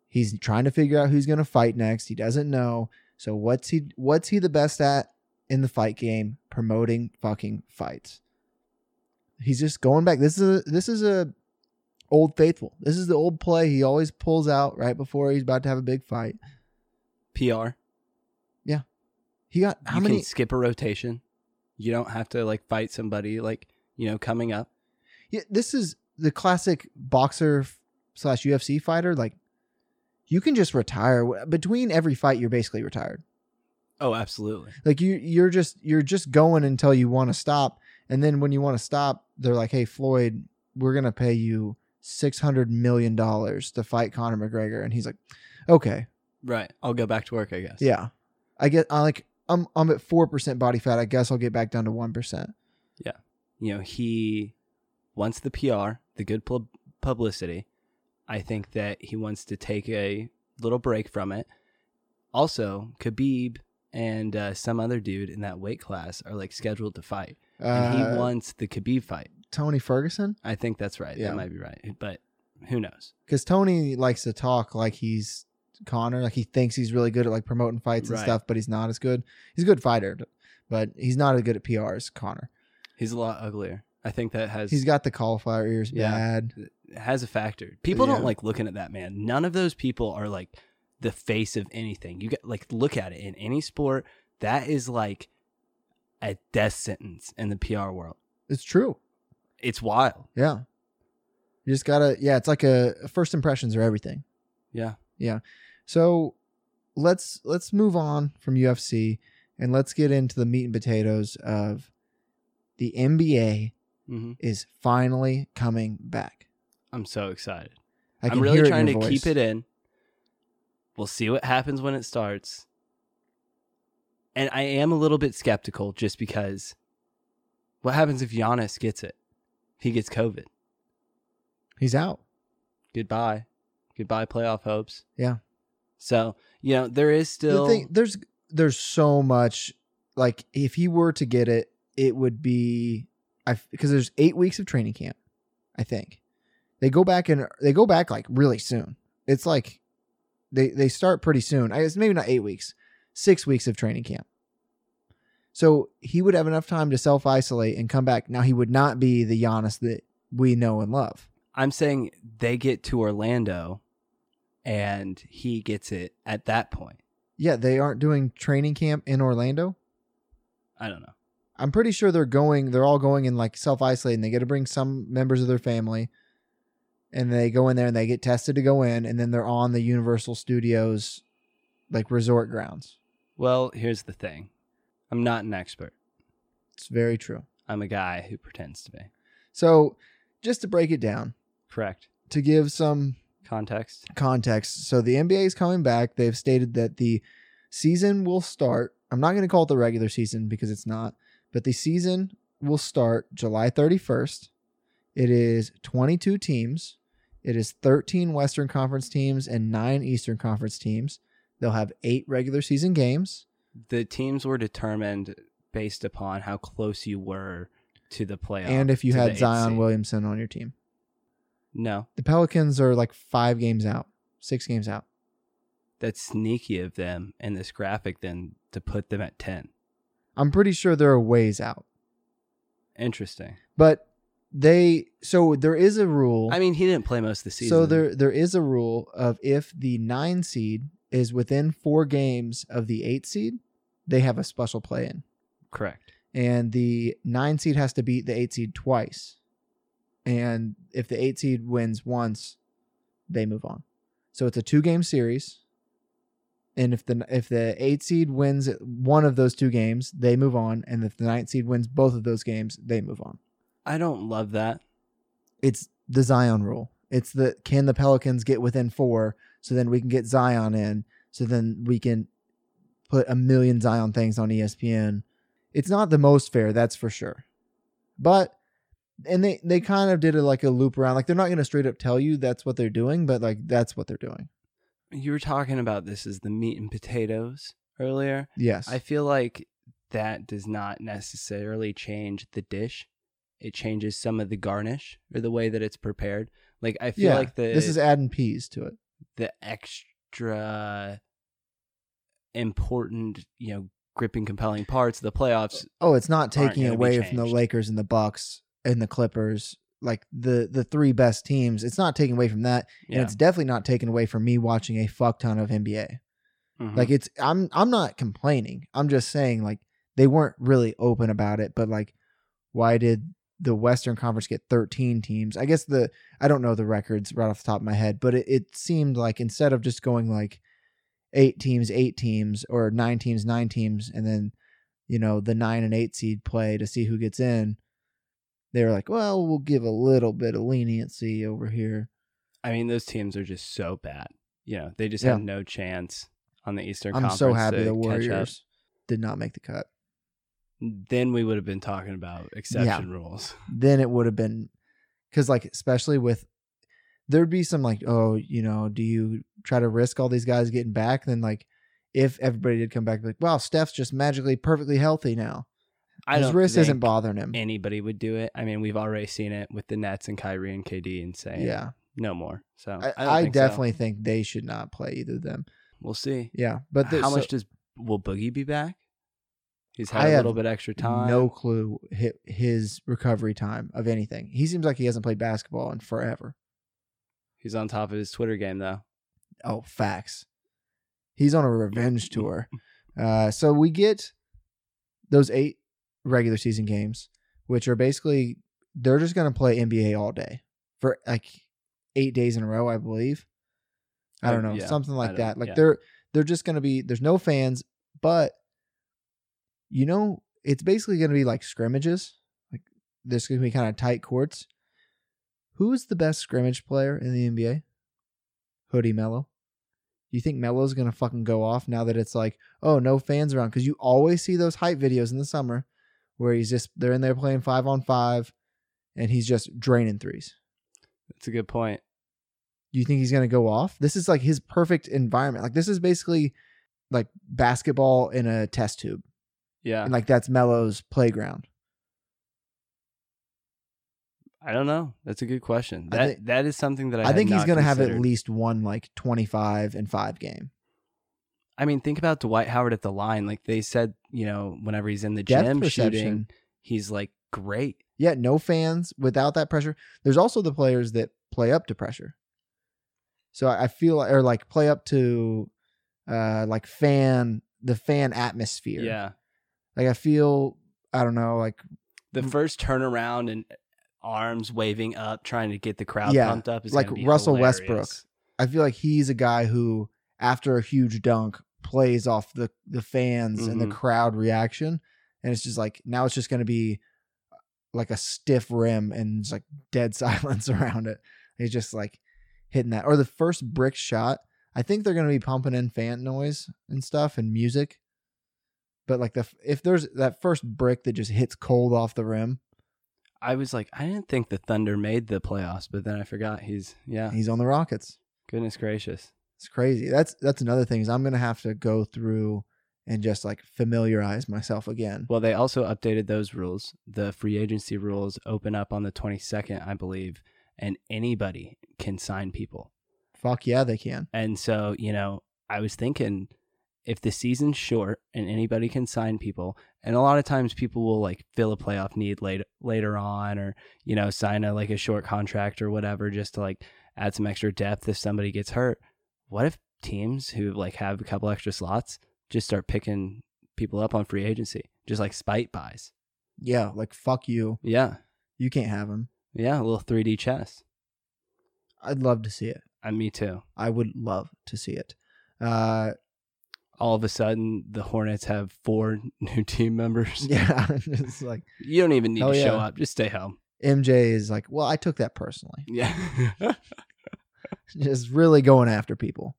[SPEAKER 1] He's trying to figure out who's going to fight next. He doesn't know. So what's he what's he the best at in the fight game? Promoting fucking fights. He's just going back. This is a, this is a Old Faithful. This is the old play he always pulls out right before he's about to have a big fight.
[SPEAKER 2] PR.
[SPEAKER 1] He got how
[SPEAKER 2] you
[SPEAKER 1] many?
[SPEAKER 2] can skip a rotation. You don't have to like fight somebody like you know coming up.
[SPEAKER 1] Yeah, this is the classic boxer f- slash UFC fighter. Like, you can just retire W- between every fight. You're basically retired.
[SPEAKER 2] Oh, absolutely.
[SPEAKER 1] Like you, you're just you're just going until you want to stop, and then when you want to stop, they're like, "Hey, Floyd, we're gonna pay you six hundred million dollars to fight Conor McGregor," and he's like, "Okay,
[SPEAKER 2] Right. I'll go back to work. I guess.
[SPEAKER 1] yeah, I get I like." I'm, I'm at 4% body fat. I guess I'll get back down to 1%.
[SPEAKER 2] You know he wants the PR, the good pub- publicity. I think that he wants to take a little break from it. Also, Khabib and uh, some other dude in that weight class are like scheduled to fight, and
[SPEAKER 1] Uh,
[SPEAKER 2] he wants the Khabib fight.
[SPEAKER 1] Tony Ferguson?
[SPEAKER 2] I think that's right.
[SPEAKER 1] Yeah.
[SPEAKER 2] That might be right, but who knows?
[SPEAKER 1] because Tony likes to talk like he's Connor, like he thinks he's really good at like promoting fights and
[SPEAKER 2] Right.
[SPEAKER 1] stuff, but he's not as good. He's a good fighter, but he's not as good at PR as Connor.
[SPEAKER 2] He's a lot uglier. I think that has
[SPEAKER 1] He's got the cauliflower ears
[SPEAKER 2] Yeah.
[SPEAKER 1] bad.
[SPEAKER 2] has a factor. People
[SPEAKER 1] Yeah.
[SPEAKER 2] don't like looking at that man. None of those people are like the face of anything. You get like look at it in any sport. That is like a death sentence in the PR world.
[SPEAKER 1] It's true.
[SPEAKER 2] It's wild.
[SPEAKER 1] Yeah. You just gotta yeah, it's like a first impressions are everything.
[SPEAKER 2] Yeah.
[SPEAKER 1] So let's let's move on from UFC and let's get into the meat and potatoes of the NBA
[SPEAKER 2] hmm
[SPEAKER 1] is finally coming back.
[SPEAKER 2] I'm so excited.
[SPEAKER 1] I
[SPEAKER 2] I'm really
[SPEAKER 1] hear it in
[SPEAKER 2] trying to
[SPEAKER 1] your
[SPEAKER 2] keep
[SPEAKER 1] voice.
[SPEAKER 2] it in. We'll see what happens when it starts. And I am a little bit skeptical just because what happens if Giannis gets it? He gets COVID.
[SPEAKER 1] He's out.
[SPEAKER 2] goodbye, goodbye playoff hopes.
[SPEAKER 1] Yeah.
[SPEAKER 2] So you know there is still
[SPEAKER 1] the thing, there's there's so much like if he were to get it it would be i because there's eight weeks of training camp i think they go back and they go back like really soon it's like they they start pretty soon i guess maybe not eight weeks six weeks of training camp so he would have enough time to self isolate and come back now he would not be the Giannis that we know and love
[SPEAKER 2] I'm saying they get to Orlando, and he gets it at that point.
[SPEAKER 1] yeah they aren't doing training camp in orlando
[SPEAKER 2] I don't know.
[SPEAKER 1] I'm pretty sure they're going. They're all going in like self isolating. They get to bring some members of their family, and they go in there and they get tested to go in, and then they're on the Universal Studios, like resort grounds.
[SPEAKER 2] Well, here's the thing. I'm not an expert.
[SPEAKER 1] It's very true.
[SPEAKER 2] I'm a guy who pretends to be.
[SPEAKER 1] So, just to break it down,
[SPEAKER 2] Correct.
[SPEAKER 1] to give some
[SPEAKER 2] Context.
[SPEAKER 1] context. So the NBA is coming back. They've stated that the season will start. I'm not going to call it the regular season because it's not, but the season will start July 31st. It is 22 teams. It is 13 Western Conference teams and 9 Eastern Conference teams. They'll have 8 regular season games.
[SPEAKER 2] The teams were determined based upon how close you were to the playoff.
[SPEAKER 1] and if you
[SPEAKER 2] to the
[SPEAKER 1] had
[SPEAKER 2] eighth
[SPEAKER 1] Zion
[SPEAKER 2] seed.
[SPEAKER 1] Williamson on your team.
[SPEAKER 2] No,
[SPEAKER 1] The Pelicans are like 5 games out, 6 games out.
[SPEAKER 2] that's sneaky of them in this graphic then to put them at 10.
[SPEAKER 1] I'm pretty sure they're a ways out.
[SPEAKER 2] Interesting.
[SPEAKER 1] But they so there is a rule
[SPEAKER 2] I mean, he didn't play most of the season.
[SPEAKER 1] So there there is a rule of if the nine seed is within four games of the eight seed, they have a special play in.
[SPEAKER 2] correct.
[SPEAKER 1] And the nine seed has to beat the eight seed twice. And if the eight seed wins once, they move on. So it's a two game series. And if the if the eight seed wins one of those two games, they move on. And if the ninth seed wins both of those games, they move on.
[SPEAKER 2] I don't love that.
[SPEAKER 1] it's the Zion rule. It's the can the Pelicans get within four, so then we can get Zion in, so then we can put a million Zion things on E ESPN. It's not the most fair, that's for sure. But and they they kind of did it like a loop around. Like they're not gonna straight up tell you that's what they're doing, but like that's what they're doing.
[SPEAKER 2] You were talking about this as the meat and potatoes earlier.
[SPEAKER 1] Yes.
[SPEAKER 2] I feel like that does not necessarily change the dish. It changes some of the garnish or the way that it's prepared. Like I feel
[SPEAKER 1] yeah,
[SPEAKER 2] like the
[SPEAKER 1] this is adding peas to it.
[SPEAKER 2] the extra important, you know, gripping, compelling parts of the playoffs.
[SPEAKER 1] Oh, it's not taking
[SPEAKER 2] gonna be
[SPEAKER 1] away from the
[SPEAKER 2] changed.
[SPEAKER 1] Lakers and the Bucks and the Clippers like the the three best teams. It's not taking away from that,
[SPEAKER 2] Yeah.
[SPEAKER 1] and it's definitely not taking away from me watching a fuck ton of NBA.
[SPEAKER 2] Mhm.
[SPEAKER 1] Like it's I'm I'm not complaining. I'm just saying like they weren't really open about it, but like why did the Western Conference get 13 teams? I guess the I don't know the records right off the top of my head, but it, it seemed like instead of just going like eight teams, eight teams, or nine teams, nine teams, and then you know the nine and eight seed play to see who gets in, they were like, well, we'll give a little bit of leniency over here.
[SPEAKER 2] I mean, those teams are just so bad. You know, they just
[SPEAKER 1] Yeah.
[SPEAKER 2] had no chance on the Eastern
[SPEAKER 1] I'm
[SPEAKER 2] Conference.
[SPEAKER 1] so happy
[SPEAKER 2] to
[SPEAKER 1] the
[SPEAKER 2] catch up.
[SPEAKER 1] Warriors did not make the cut.
[SPEAKER 2] Then we would have been talking about exception rules.
[SPEAKER 1] then it would have been because like especially with there'd be some like oh you know do you try to risk all these guys getting back then like if everybody did come back like wow steph's just magically perfectly healthy now
[SPEAKER 2] I
[SPEAKER 1] his
[SPEAKER 2] don't
[SPEAKER 1] wrist isn't
[SPEAKER 2] think
[SPEAKER 1] bothering him
[SPEAKER 2] anybody would do it. I mean, we've already seen it with the Nets and Kyrie and KD and saying
[SPEAKER 1] yeah
[SPEAKER 2] no more. So
[SPEAKER 1] i,
[SPEAKER 2] don't
[SPEAKER 1] I,
[SPEAKER 2] think so.
[SPEAKER 1] definitely think they should not play either of them
[SPEAKER 2] we'll see.
[SPEAKER 1] yeah but the,
[SPEAKER 2] how
[SPEAKER 1] so-
[SPEAKER 2] much does will Boogie be back? He's had
[SPEAKER 1] I
[SPEAKER 2] a
[SPEAKER 1] have
[SPEAKER 2] little bit extra time.
[SPEAKER 1] no clue hi- his recovery time of anything he seems like he hasn't played basketball in forever
[SPEAKER 2] he's on top of his Twitter game though.
[SPEAKER 1] Oh, facts. He's on a revenge tour. Uh, so we get those eight regular season games, which are basically they're just going to play NBA all day for like eight days in a row, I believe. I
[SPEAKER 2] Uh,
[SPEAKER 1] don't know,
[SPEAKER 2] yeah,
[SPEAKER 1] something
[SPEAKER 2] I
[SPEAKER 1] like
[SPEAKER 2] don't-
[SPEAKER 1] that. Like
[SPEAKER 2] yeah.
[SPEAKER 1] they're they're just going to be there's no fans, but you know it's basically going to be like scrimmages. Like this going to be kind of tight courts. Who is the best scrimmage player in the NBA? Hoodie Mello. Do you think Melo's gonna fucking go off now that it's like, oh, no fans around? Because you always see those hype videos in the summer where he's just they're in there playing five on five, and he's just draining threes.
[SPEAKER 2] That's a good point.
[SPEAKER 1] Do you think he's gonna go off? This is like his perfect environment. Like this is basically like basketball in a test tube,
[SPEAKER 2] Yeah,
[SPEAKER 1] and like that's Melo's playground.
[SPEAKER 2] I don't know. That's a good question.
[SPEAKER 1] I
[SPEAKER 2] That
[SPEAKER 1] thi-
[SPEAKER 2] that is something that I,
[SPEAKER 1] I, think he's
[SPEAKER 2] gonna
[SPEAKER 1] gonna have at least one like twenty five and five game.
[SPEAKER 2] I mean, think about Dwight Howard at the line. Like they said, you know, whenever he's in the
[SPEAKER 1] Depth
[SPEAKER 2] gym
[SPEAKER 1] perception.
[SPEAKER 2] shooting, he's like great.
[SPEAKER 1] Yeah, no fans without that pressure. There's also the players that play up to pressure. So I I feel or like play up to uh like fan the fan atmosphere.
[SPEAKER 2] Yeah.
[SPEAKER 1] Like I feel I don't know, like
[SPEAKER 2] The first turnaround and uh, arms waving up, trying to get the crowd
[SPEAKER 1] Yeah,
[SPEAKER 2] pumped up is
[SPEAKER 1] like
[SPEAKER 2] gonna be
[SPEAKER 1] Russell
[SPEAKER 2] hilarious.
[SPEAKER 1] Westbrook. I feel like he's a guy who after a huge dunk plays off the the fans and
[SPEAKER 2] Mhm.
[SPEAKER 1] the crowd reaction and it's just like now it's just going to be uh, like a stiff rim and just like dead silence around it. He's just like hitting that or the first brick shot. I think they're going to be pumping in fan noise and stuff and music. But like the f- if there's that first brick that just hits cold off the rim,
[SPEAKER 2] I was like, I didn't think the Thunder made the playoffs, but then I forgot he's yeah.
[SPEAKER 1] he's on the Rockets.
[SPEAKER 2] Goodness gracious.
[SPEAKER 1] It's crazy. That's that's another thing is I'm gonna have to go through and just like familiarize myself again.
[SPEAKER 2] Well, they also updated those rules. The free agency rules open up on the 22nd, I believe, and anybody can sign people.
[SPEAKER 1] Fuck yeah, they can.
[SPEAKER 2] And so, you know, I was thinking if the season's short and anybody can sign people, and a lot of times people will like fill a playoff need later later on or, you know, sign a like a short contract or whatever just to like add some extra depth if somebody gets hurt. What if teams who like have a couple extra slots just start picking people up on free agency? Just like spite buys.
[SPEAKER 1] Yeah, like fuck you.
[SPEAKER 2] Yeah.
[SPEAKER 1] You can't have him.
[SPEAKER 2] Yeah, a little 3D chess.
[SPEAKER 1] I'd love to see it.
[SPEAKER 2] And me too.
[SPEAKER 1] I would love to see it. Uh,
[SPEAKER 2] All of a sudden, the Hornets have four new team members.
[SPEAKER 1] yeah, it's like
[SPEAKER 2] You don't even need
[SPEAKER 1] Hell
[SPEAKER 2] to show
[SPEAKER 1] yeah.
[SPEAKER 2] up. Just stay home.
[SPEAKER 1] MJ is like, well, I took that personally.
[SPEAKER 2] Yeah.
[SPEAKER 1] Just really going after people.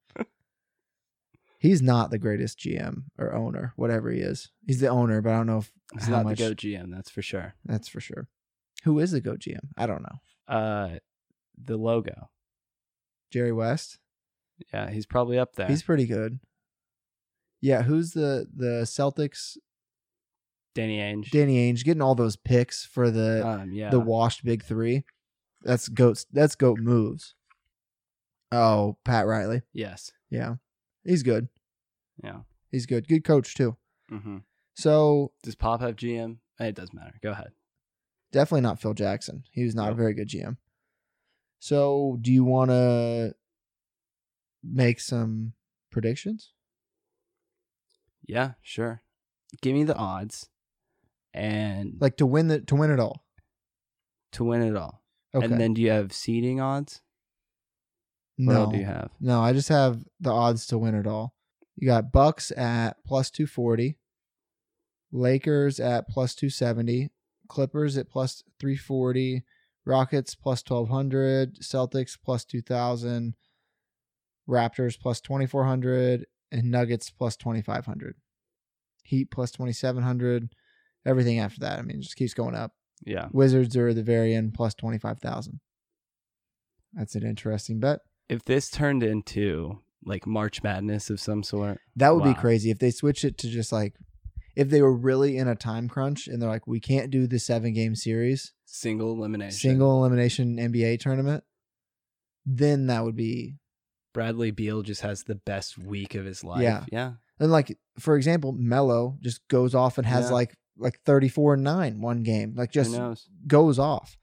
[SPEAKER 1] He's not the greatest GM or owner, whatever he is. He's the owner, but I don't know if
[SPEAKER 2] He's
[SPEAKER 1] how
[SPEAKER 2] not
[SPEAKER 1] much.
[SPEAKER 2] the GOAT GM, that's for sure.
[SPEAKER 1] That's for sure. Who is the go GM? I don't know.
[SPEAKER 2] Uh the logo.
[SPEAKER 1] Jerry West.
[SPEAKER 2] Yeah, he's probably up there.
[SPEAKER 1] He's pretty good. Yeah, who's the the Celtics?
[SPEAKER 2] Danny Ainge.
[SPEAKER 1] Danny Ainge getting all those picks for the
[SPEAKER 2] um, yeah.
[SPEAKER 1] the washed big three. That's goats. That's goat moves. Oh, Pat Riley.
[SPEAKER 2] yes.
[SPEAKER 1] Yeah, he's good.
[SPEAKER 2] Yeah.
[SPEAKER 1] He's good. Good coach too.
[SPEAKER 2] hmm
[SPEAKER 1] So
[SPEAKER 2] Does Pop have GM? Eh, It doesn't matter. Go ahead.
[SPEAKER 1] Definitely not Phil Jackson. He was not a
[SPEAKER 2] Nope.
[SPEAKER 1] very good GM. So, do you want to make some predictions?
[SPEAKER 2] Yeah, sure. Give me the odds and
[SPEAKER 1] Like to win the to win it all.
[SPEAKER 2] to win it all.
[SPEAKER 1] Okay.
[SPEAKER 2] And then do you have seeding odds? What
[SPEAKER 1] no,
[SPEAKER 2] all do you have?
[SPEAKER 1] no, I just have the odds to win it all. You got Bucks at plus 240, Lakers at plus 270, Clippers at plus 340, Rockets plus 1200, Celtics plus 2000, Raptors plus 2400, and Nuggets plus 2500. Heat plus 2700. Everything after that, I mean, it just keeps going up.
[SPEAKER 2] Yeah.
[SPEAKER 1] Wizards are at the very end plus 25,000. That's an interesting bet.
[SPEAKER 2] If this turned into like March Madness of some sort,
[SPEAKER 1] That would be
[SPEAKER 2] Wow.
[SPEAKER 1] crazy if they switch it to just like if they were really in a time crunch and they're like, we can't do the seven game series,
[SPEAKER 2] single elimination.
[SPEAKER 1] single elimination NBA tournament, then that would be
[SPEAKER 2] Bradley Beal just has the best week of his life.
[SPEAKER 1] Yeah.
[SPEAKER 2] Yeah.
[SPEAKER 1] and like for example, Melo just goes off and has
[SPEAKER 2] Yeah.
[SPEAKER 1] like like thirty four and nine one game, like
[SPEAKER 2] Who
[SPEAKER 1] just
[SPEAKER 2] knows?
[SPEAKER 1] goes off.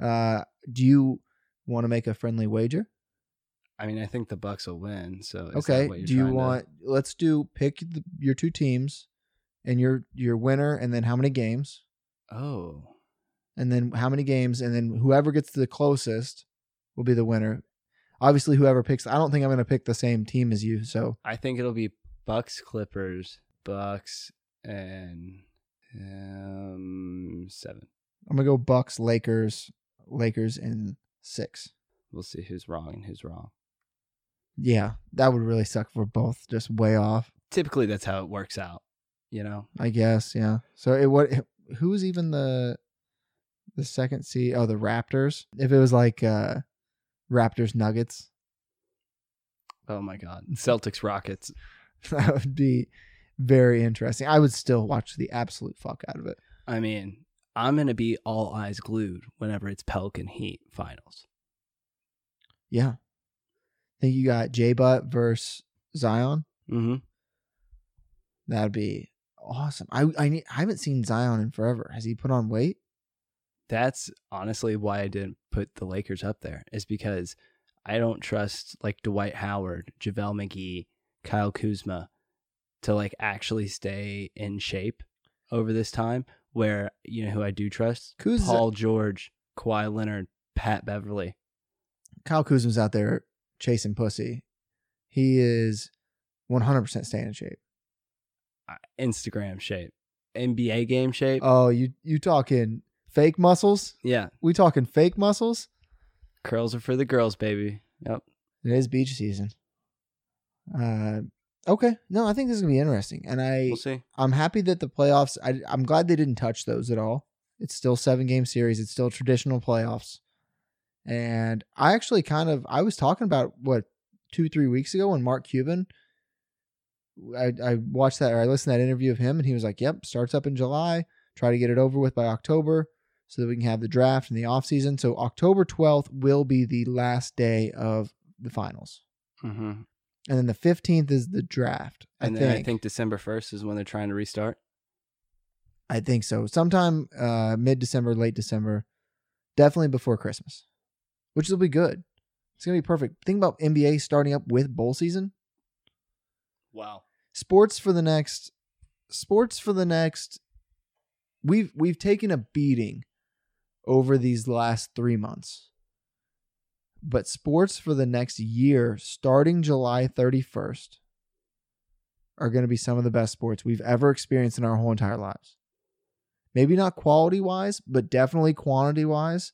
[SPEAKER 1] Uh, do you want to make a friendly wager?
[SPEAKER 2] I mean, I think the Bucks will win. So is that
[SPEAKER 1] Okay.
[SPEAKER 2] what you're
[SPEAKER 1] Do you
[SPEAKER 2] trying to-
[SPEAKER 1] want? Let's do pick the, your two teams, and your your winner, and then how many games,
[SPEAKER 2] Oh,
[SPEAKER 1] and then how many games, and then whoever gets the closest will be the winner. Obviously, whoever picks. I don't think I'm going to pick the same team as you. So
[SPEAKER 2] I think it'll be Bucks Clippers, Bucks and um seven.
[SPEAKER 1] I'm going to go Bucks, Lakers, Lakers in six.
[SPEAKER 2] We'll see who's wrong and who's wrong.
[SPEAKER 1] Yeah, that would really suck if we're both just way off.
[SPEAKER 2] Typically, that's how it works out. You know,
[SPEAKER 1] I guess. Yeah. So it what? Who was even the the second seed? Oh, the Raptors. If it was like uh Raptors Nuggets.
[SPEAKER 2] Oh my God, Celtics Rockets.
[SPEAKER 1] That would be very interesting. I would still watch the absolute fuck out of it.
[SPEAKER 2] I mean, I'm gonna be all eyes glued whenever it's Pelican Heat finals.
[SPEAKER 1] Yeah. I think you got J Butt versus Zion.
[SPEAKER 2] Mm-hmm.
[SPEAKER 1] That'd be awesome. I I, need, I haven't seen Zion in forever. Has he put on weight?
[SPEAKER 2] That's honestly why I didn't put the Lakers up there. Is because I don't trust like Dwight Howard, JaVale McGee, Kyle Kuzma to like actually stay in shape over this time. Where you know who I do trust?
[SPEAKER 1] Kuzma-
[SPEAKER 2] Paul George, Kawhi Leonard, Pat Beverly.
[SPEAKER 1] Kyle Kuzma's out there chasing pussy. He is 100% staying in shape.
[SPEAKER 2] uh, Instagram shape, NBA game shape.
[SPEAKER 1] Oh, you you talking fake muscles?
[SPEAKER 2] yeah,
[SPEAKER 1] We talking fake muscles?
[SPEAKER 2] curls are for the girls, baby. Yep.
[SPEAKER 1] It is beach season. Uh, okay. No, I think this is gonna be interesting, and I
[SPEAKER 2] We'll see.
[SPEAKER 1] I'm happy that the playoffs. I, I'm glad they didn't touch those at all. It's still seven game series. It's still traditional playoffs. And I actually kind of I was talking about what two three weeks ago when Mark Cuban. I, I watched that or I listened to that interview of him and he was like, "Yep, starts up in July. Try to get it over with by October, so that we can have the draft and the off season. So October 12th will be the last day of the finals,
[SPEAKER 2] Mm-hmm.
[SPEAKER 1] and then the 15th is the draft.
[SPEAKER 2] And
[SPEAKER 1] I
[SPEAKER 2] then
[SPEAKER 1] think.
[SPEAKER 2] I think December first is when they're trying to restart.
[SPEAKER 1] I think so. Sometime uh, mid December, late December, definitely before Christmas, which will be good. It's gonna be perfect. Think about NBA starting up with bowl season.
[SPEAKER 2] Wow.
[SPEAKER 1] Sports for the next, sports for the next. We've we've taken a beating over these last three months, but sports for the next year, starting July thirty first, are going to be some of the best sports we've ever experienced in our whole entire lives. Maybe not quality wise, but definitely quantity wise.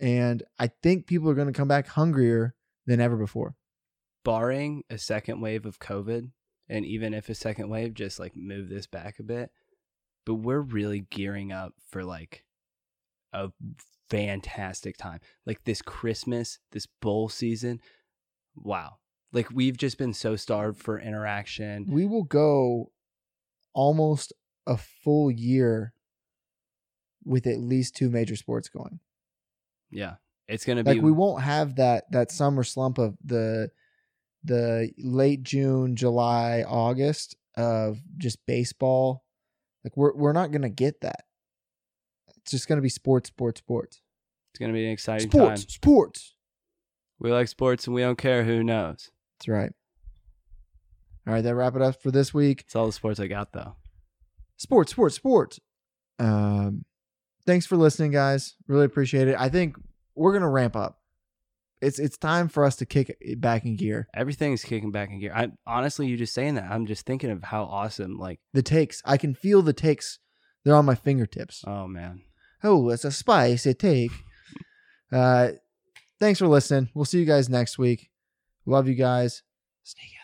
[SPEAKER 1] And I think people are going to come back hungrier than ever before.
[SPEAKER 2] barring a second wave of COVID, and even if a second wave just like move this back a bit, but we're really gearing up for like a fantastic time. Like this Christmas, this bowl season. Wow. Like we've just been so starved for interaction.
[SPEAKER 1] We will go almost a full year with at least two major sports going.
[SPEAKER 2] Yeah. It's going to be
[SPEAKER 1] Like we won't have that that summer slump of the the late June, July, August of just baseball. Like we're we're not gonna get that. it's just going to be sports, sports, sports,
[SPEAKER 2] It's gonna be an exciting
[SPEAKER 1] sports,
[SPEAKER 2] time.
[SPEAKER 1] sports.
[SPEAKER 2] We like sports and we don't care who knows.
[SPEAKER 1] That's right. All right, that wrap it up for this week.
[SPEAKER 2] It's all the sports I got though.
[SPEAKER 1] sports, sports, sports. Um, thanks for listening, guys. Really appreciate it. I think we're gonna ramp up. It's it's time for us to kick it back in gear.
[SPEAKER 2] Everything's kicking back in gear. I honestly, you just saying that, I'm just thinking of how awesome. Like,
[SPEAKER 1] The takes, I can feel the takes. They're on my fingertips.
[SPEAKER 2] oh man,
[SPEAKER 1] Oh, it's a spicy take. Uh, thanks for listening. We'll see you guys next week. Love you guys. Sneak it.